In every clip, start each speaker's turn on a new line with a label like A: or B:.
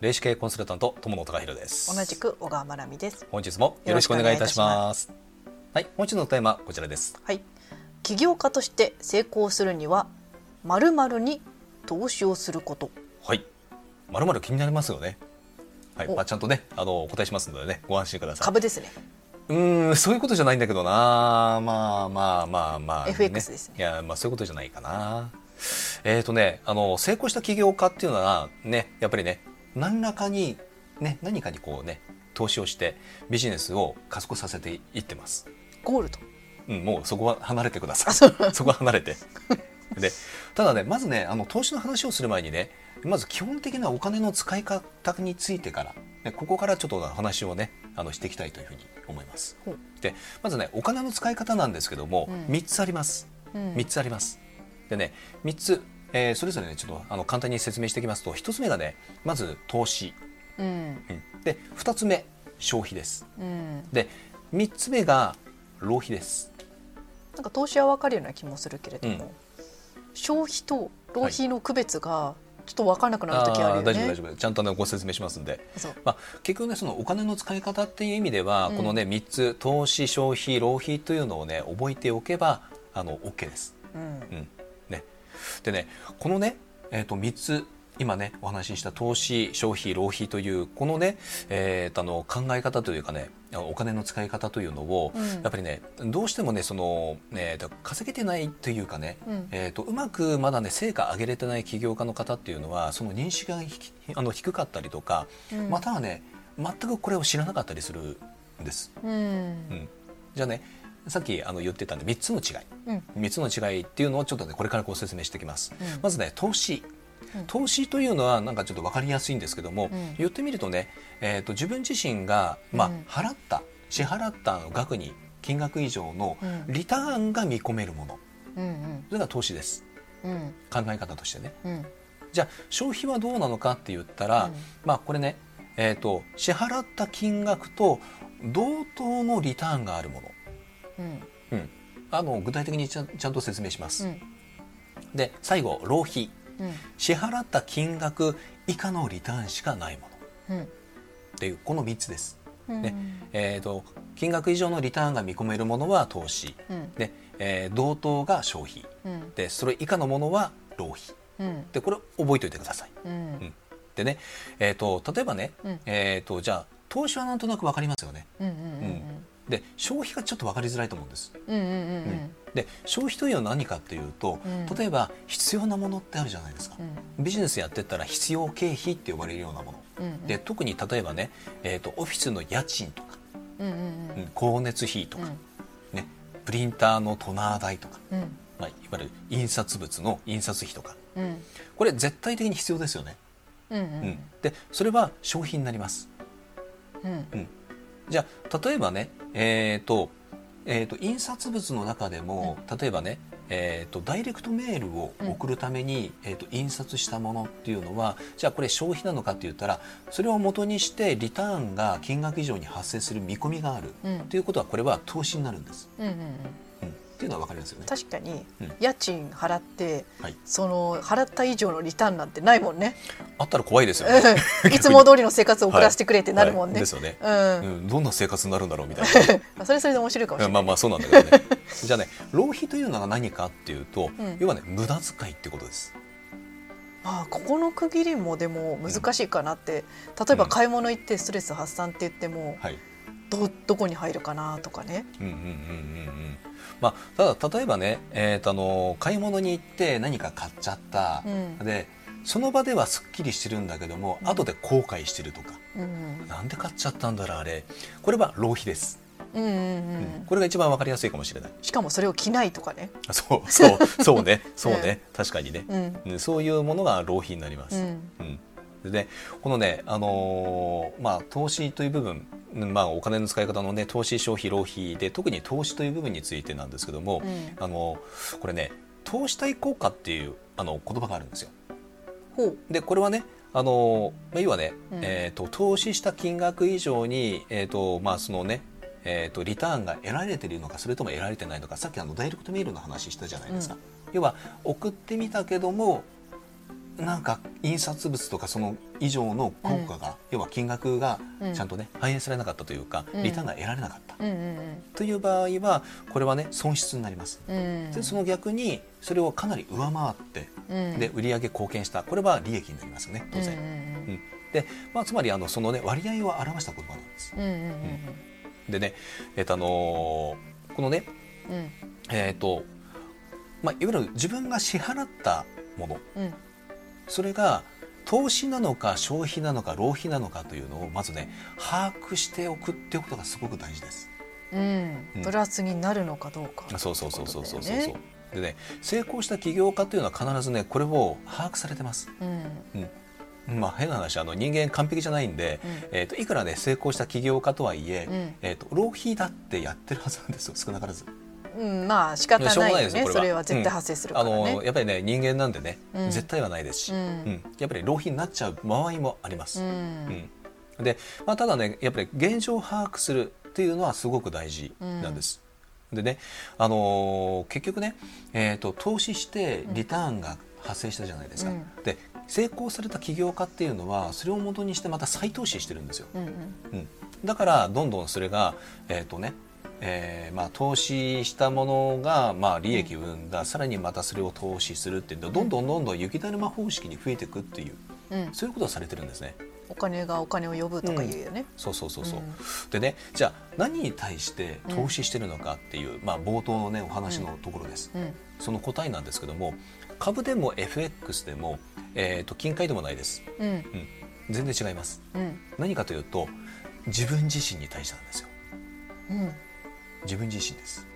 A: 霊視系コンサルタント友野隆弘です
B: 同じく小川真奈美です
A: 本日もよろしくお願いいたしますはい本日のテーマこちらです
B: はい起業家として成功するにはまるまるに投資をすること
A: はいまるまる気になりますよねはい、
B: お
A: まあ、ちゃんとねあのお答えしますのでねご安心ください
B: 株ですね
A: うーんそういうことじゃないんだけどなまあまあまあまあ、
B: FX ですね
A: いやまあそういうことじゃないかなえっ、とねあの成功した起業家っていうのはねやっぱりね何らかにね何かにこうね投資をしてビジネスを加速させていってます
B: ゴールド
A: うん、もうそこは離れてくださ
B: あそう
A: い。そこは離れて。で、ただね、まずね、あの投資の話をする前にね、まず基本的なお金の使い方についてから、ね、ここからちょっと話をね、あのしていきたいというふうに思います
B: ほう。
A: で、まずね、お金の使い方なんですけども、
B: うん
A: 三3つあります。
B: うん
A: 3つあります。でね、3つ、えーそれぞれね、ちょっとあの簡単に説明していきますと、1つ目がね、まず投資。
B: うん
A: うんで、2つ目、消費です。
B: うん
A: で、3つ目が浪費です。
B: なんか投資はわかるような気もするけれども、
A: うん
B: 消費と浪費の区別がちょっとわからなくなる時あるよね
A: ー大丈夫大丈夫ちゃんとねご説明しますんで、
B: そう
A: まあ、結局ねそのお金の使い方っていう意味では、
B: うん
A: このね3つ投資消費浪費というのをね覚えておけばあの OK です。
B: うん
A: うんね、でねこのね、えー、と3つ今ねお話しした投資消費浪費というこのね、えーとあの考え方というかねあのお金の使い方というのを、
B: うん
A: やっぱりねどうしてもねその、えーと稼げてないというかね、
B: うん
A: えー、とうまくまだね成果上げれてない起業家の方っていうのはその認識がひきあの低かったりとか、
B: うん
A: またはね全くこれを知らなかったりするんです。
B: うん
A: うん、じゃあねさっきあの言ってたね3つの違い
B: うん
A: 3つの違いっていうのをちょっとねこれからご説明していきます。
B: うん
A: まずね投資
B: うん
A: 投資というのはなんかちょっと分かりやすいんですけども、
B: うん
A: 言ってみるとね、えー、と自分自身が、まあ
B: うん、
A: 払った支払った額に金額以上の
B: うん
A: リターンが見込めるもの
B: うん
A: それが投資です
B: うん
A: 考え方としてね。
B: うん
A: じゃあ消費はどうなのかって言ったら、
B: うん
A: まあこれね、えー、と支払った金額と同等のリターンがあるもの、
B: うん
A: うん、あの具体的にちゃんちゃんと説明します。
B: うん
A: で最後浪費
B: うん
A: 支払った金額以下のリターンしかないもの
B: うん
A: っていうこの3つです。
B: うん
A: ねえー、と金額以上のリターンが見込めるものは投資
B: うん
A: で、えー同等が消費
B: うん
A: でそれ以下のものは浪費
B: うん
A: でこれ覚えておいてください。
B: うん
A: でね、えー、と例えばね、
B: うん
A: えー、とじゃあ投資はなんとなく分かりますよね。
B: うんうん
A: で消費がちょっと分かりづらいと思うんです。
B: うんうんうんうん
A: で消費というのは何かっていうと、
B: うん
A: 例えば必要なものってあるじゃないですか。
B: うん
A: ビジネスやってったら必要経費って呼ばれるようなもの。
B: うん
A: で特に例えばね、えー、とオフィスの家賃とか、
B: うんうん
A: うん光熱費と
B: うん
A: か、ね、プリンターのトナー代とか、
B: うん
A: まあ、いわゆる印刷物の印刷費とか
B: うん
A: これ絶対的に必要ですよね、
B: う
A: う
B: んうんん
A: でそれは消費になります
B: うん
A: じゃあ例えばねえっ、と,、えー、と印刷物の中でも、例えばねえー、とダイレクトメールを送るために、えー、と印刷したものっていうのはじゃあこれ消費なのかって言ったらそれを元にしてリターンが金額以上に発生する見込みがある
B: うん
A: ということはこれは投資になるんです、
B: うんうんうん
A: うん、っていうのは分かりますよね。
B: 確かに
A: うん
B: 家賃払って
A: はい、
B: その払った以上のリターンなんてないもんね。
A: あったら怖いですよね。
B: うんいつも通りの生活を送らせてくれって なるも
A: は
B: ん
A: い
B: ね
A: で。すよね、
B: うん
A: うんどんな生活になるんだろうみたい
B: それそれ で面白いかもし
A: な
B: れない。
A: まあまあそうなんだけどねじゃあね浪費というのが何かっていうと、
B: うん
A: 要はね無駄遣いってことです
B: まあここの区切りもでも難しいかなって。例えば買い物行ってストレス発散って言っても
A: はい
B: どどこに入るかなとかね。
A: うんうんうんうんうんまあただ例えばね、えーとあの買い物に行って何か買っちゃった、
B: うん
A: でその場ではすっきりしてるんだけども、
B: うん
A: 後で後悔してるとか
B: うん
A: なんで買っちゃったんだろうあれこれは浪費です、
B: うんうんう
A: うん
B: ん。
A: これが一番わかりやすいかもしれない
B: しかもそれを着ないとかね。
A: あ そうそうそうねそうね、確かにね、
B: うん
A: うんそういうものが浪費になります。
B: うん
A: うんでねこのね、あのーまあ、投資という部分、うんまあ、お金の使い方の、ね、投資消費浪費で特に投資という部分についてなんですけども、
B: うん
A: あのーこれね投資対効果っていうあの言葉があるんですよ。
B: ほう。
A: でこれはねあのー、まあ、要はね、
B: うん
A: えー、と投資した金額以上に、えーとまあそのねえー、とリターンが得られているのかそれとも得られてないのかさっきあのダイレクトメールの話したじゃないですか、要は送ってみたけどもなんか印刷物とかその以上の効果が、要は金額が
B: うん
A: ちゃんとね反映されなかったというか、
B: うん
A: リターンが得られなかった
B: うんうん
A: という場合はこれはね損失になります。
B: うん
A: でその逆にそれをかなり上回って
B: うん
A: で売上貢献したこれは利益になりますよね当然。
B: 然
A: で、まあ、つまりあのその、ね、割合を表した言葉なんです。
B: うんうんうん
A: でね、えっとあのーこのね、
B: うん
A: えっとまあ、いわゆる自分が支払ったもの
B: うんうん
A: それが投資なのか消費なのか浪費なのかというのをまずね把握しておくっていうことがすごく大事です。
B: うん
A: うん
B: プラスになるのかどうか
A: そうそうそうそうそうそう
B: って
A: そ
B: こ
A: う。でね成功した起業家というのは必ずねこれを把握されてます。
B: うんうん
A: まあ変な話あの人間完璧じゃないんで、えっ、といくらね成功した起業家とはいえ、
B: うん
A: えっ、と浪費だってやってるはずなんですよ少なからず。
B: うんまあ仕方ないよ
A: しょうがないですよこ
B: ね
A: れは
B: それは絶対発生するか
A: あ
B: らね
A: のやっぱりね人間なんでね、
B: うん
A: 絶対はないですし、
B: う
A: うん
B: ん
A: やっぱり浪費になっちゃう場合もありま
B: う
A: す。
B: ん
A: うんで、まあ、ただねやっぱり現状を把握するっていうのはすごく大事なんです。でね、あのー結局ね、えー、と投資してリターンが発生したじゃないですか。
B: うん
A: で成功された起業家っていうのはそれを元にしてまた再投資してるんですよ。
B: うんうん
A: うん、だからどんどんそれが、えーとねえーまあ、投資したものが、まあ、利益を生んだ、さらにまたそれを投資するっていうのでどんどんどんどん雪だるま方式に増えていくっていう
B: うん
A: そういうことをされてるんですね。
B: お金がお金を呼ぶとか言うよね
A: そうそうそうそう、
B: うん
A: でねじゃあ何に対して投資してるのかっていう、まあ、冒頭のねお話のところです、
B: うん
A: その答えなんですけども株でも FX でも、えー、と金塊でもないです、
B: うん
A: うん、全然違います
B: うん
A: 何かというと自分自身に対してなんですよ
B: うん
A: 自分自身です、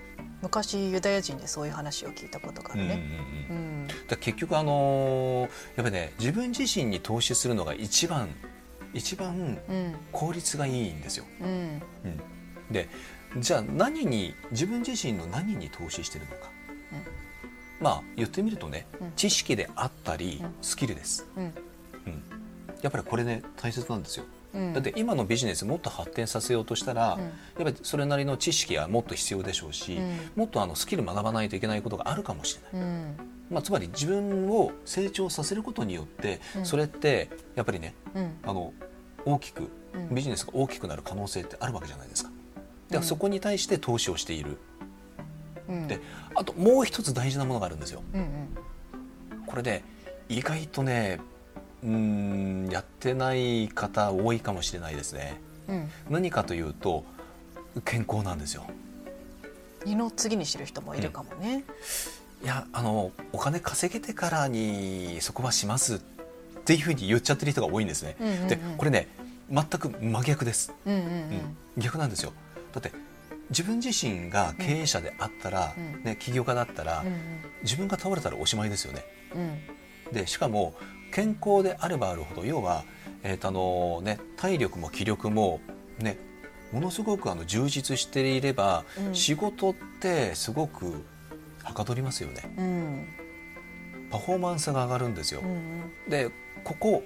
B: 昔ユダヤ人でそういう話を聞いたことがあ
A: うん
B: る
A: うんう
B: ね
A: ん
B: う、ん
A: だから結局あのーやっぱね自分自身に投資するのが一番一番
B: うん
A: 効率がいいんですよ、
B: う
A: う
B: ん
A: ん、でじゃあ何に自分自身の何に投資してるのか、まあ言ってみるとね、
B: うん
A: 知識であったり、
B: うん
A: スキルです、
B: うん
A: うん、やっぱりこれね大切なんですよ、
B: うん
A: だって今のビジネスもっと発展させようとしたら、
B: うん
A: やっぱりそれなりの知識はもっと必要でしょうし、
B: うん
A: もっとあのスキル学ばないといけないことがあるかもしれない、
B: うん
A: まあ、つまり自分を成長させることによって、
B: うん
A: それってやっぱりね
B: うん
A: あの大きく
B: うん
A: ビジネスが大きくなる可能性ってあるわけじゃないですか。で
B: うん
A: そこに対して投資をしている。
B: うん
A: であともう一つ大事なものがあるんですよ。
B: うんうん
A: これで意外とねうーんやってない方多いかもしれないですね。
B: うん
A: 何かというと健康なんですよ。
B: 二の次に知る人もいるかもね
A: いやあのお金稼げてからにそこはしますっていうふうに言っちゃってる人が多いんですね。
B: うんうんうん
A: でこれね全く真逆です。
B: うんうん
A: 逆なんですよだって自分自身が経営者であったら、
B: うん
A: ね、起業家だったら、
B: うんうん
A: 自分が倒れたらおしまいですよね
B: うん
A: でしかも健康であればあるほど要は、えーとあのね、体力も気力も、ね、ものすごくあの充実していれば、
B: うん
A: 仕事ってすごくはかどりますよね
B: うん
A: パフォーマンスが上がるんですよ、
B: うんうん
A: でここ、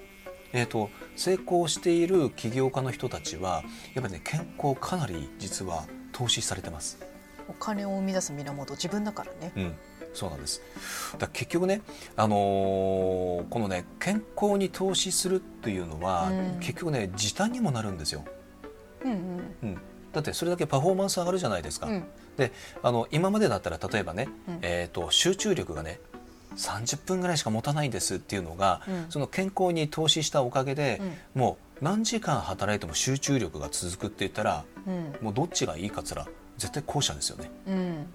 A: えー、と成功している起業家の人たちはやっぱりね健康かなり実は投資されてます、
B: お金を生み出す源自分だからね
A: うん、そうなんですだから結局ね、あのーこのね健康に投資するっていうのは、
B: うん
A: 結局ね時短にもなるんですよ、
B: うんうん
A: うん、だってそれだけパフォーマンス上がるじゃないですか、
B: うん
A: であの今までだったら例えばね、
B: うん
A: えー、と集中力がね30分ぐらいしか持たないんですっていうのが、
B: うん
A: その健康に投資したおかげで、もう何時間働いても集中力が続くって言ったら
B: うん
A: もうどっちがいいかっつったら絶対後者ですよね。
B: うん
A: うん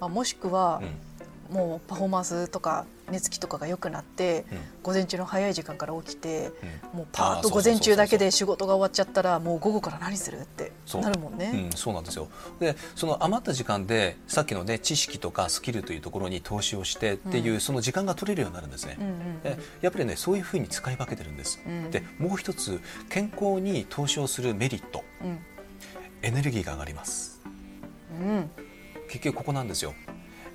B: まあもしくは
A: うん
B: もうパフォーマンスとか寝つきとかが良くなって
A: うん
B: 午前中の早い時間から起きて
A: うん
B: もうパーッ
A: あー
B: と
A: そうそうそうそう
B: 午前中だけで仕事が終わっちゃったらもう午後から何するって
A: そう
B: なるもん
A: う
B: ね。
A: ん、そうなんですよでその余った時間でさっきの、ね、知識とかスキルというところに投資をしてっていう、
B: う
A: その時間が取れるようになるんですね。
B: うん
A: でやっぱりねそういうふうに使い分けてるんです。
B: うん
A: でもう一つ健康に投資をするメリット
B: うんうん
A: エネルギーが上がります
B: うん
A: 結局ここなんですよ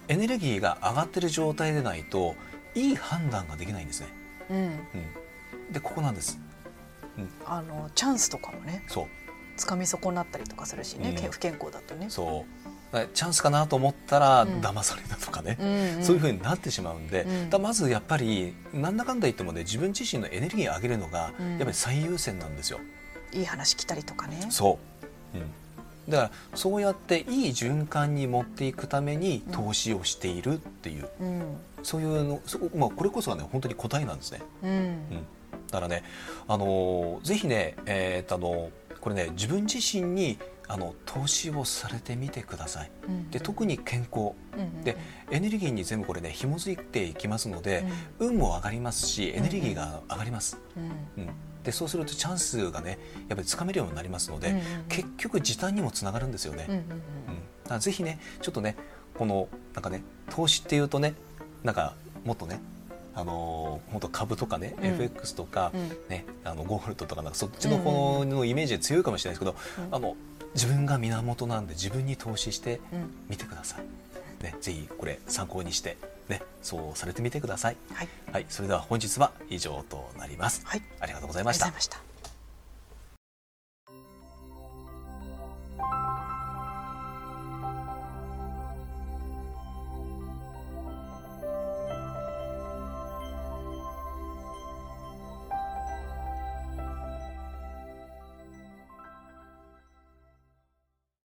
A: エネルギーが上がってる状態でないといい判断ができないんですね。
B: うん
A: うん、でここなんです
B: あのチャンスとかもね
A: そう
B: つかみ損なったりとかするしね、
A: うん
B: け不健康だとね。
A: そうだからチャンスかなと思ったら
B: うん
A: 騙されたとかね、
B: んん
A: そういうふうになってしまうんで、
B: うん
A: だからまずやっぱりなんだかんだ言ってもね自分自身のエネルギーを上げるのが
B: うん
A: やっぱり最優先なんですよ。
B: いい話来たりとかね。
A: そう、うん、だからそうやっていい循環に持っていくために投資をしているっていう、
B: うん
A: そういうのそまあ、これこそがね本当に答えなんですね。
B: うん
A: だからね、あのーぜひね、えーっとあのーこれね自分自身にあの投資をされてみてください。
B: うん
A: で特に健康
B: うんうん
A: でエネルギーに全部これね紐づいていきますので、運も上がりますしエネルギーが上がります。
B: うんうん
A: うんでそうするとチャンスがねやっぱりつかめるようになりますので、
B: うんうん
A: 結局時短にもつながるんですよね。
B: うんうん
A: うんだからぜひねちょっとねこのなんかね投資っていうとねなんかもっとねあのー、もっと株とかね、
B: うん
A: FX とか、
B: うん
A: ね、あのゴールドとかなんかそっちの方のイメージが強いかもしれないですけど、
B: うん
A: あの自分が源なんで自分に投資して
B: うんうん
A: みてください。ね、ぜひこれ参考にして、ね、そうされてみてください。
B: はい
A: はい、それでは本日は以上となります。
B: はい
A: ありがとうござい
B: あ
A: ま
B: り
A: し
B: がとうご
A: た
B: ざい。ました。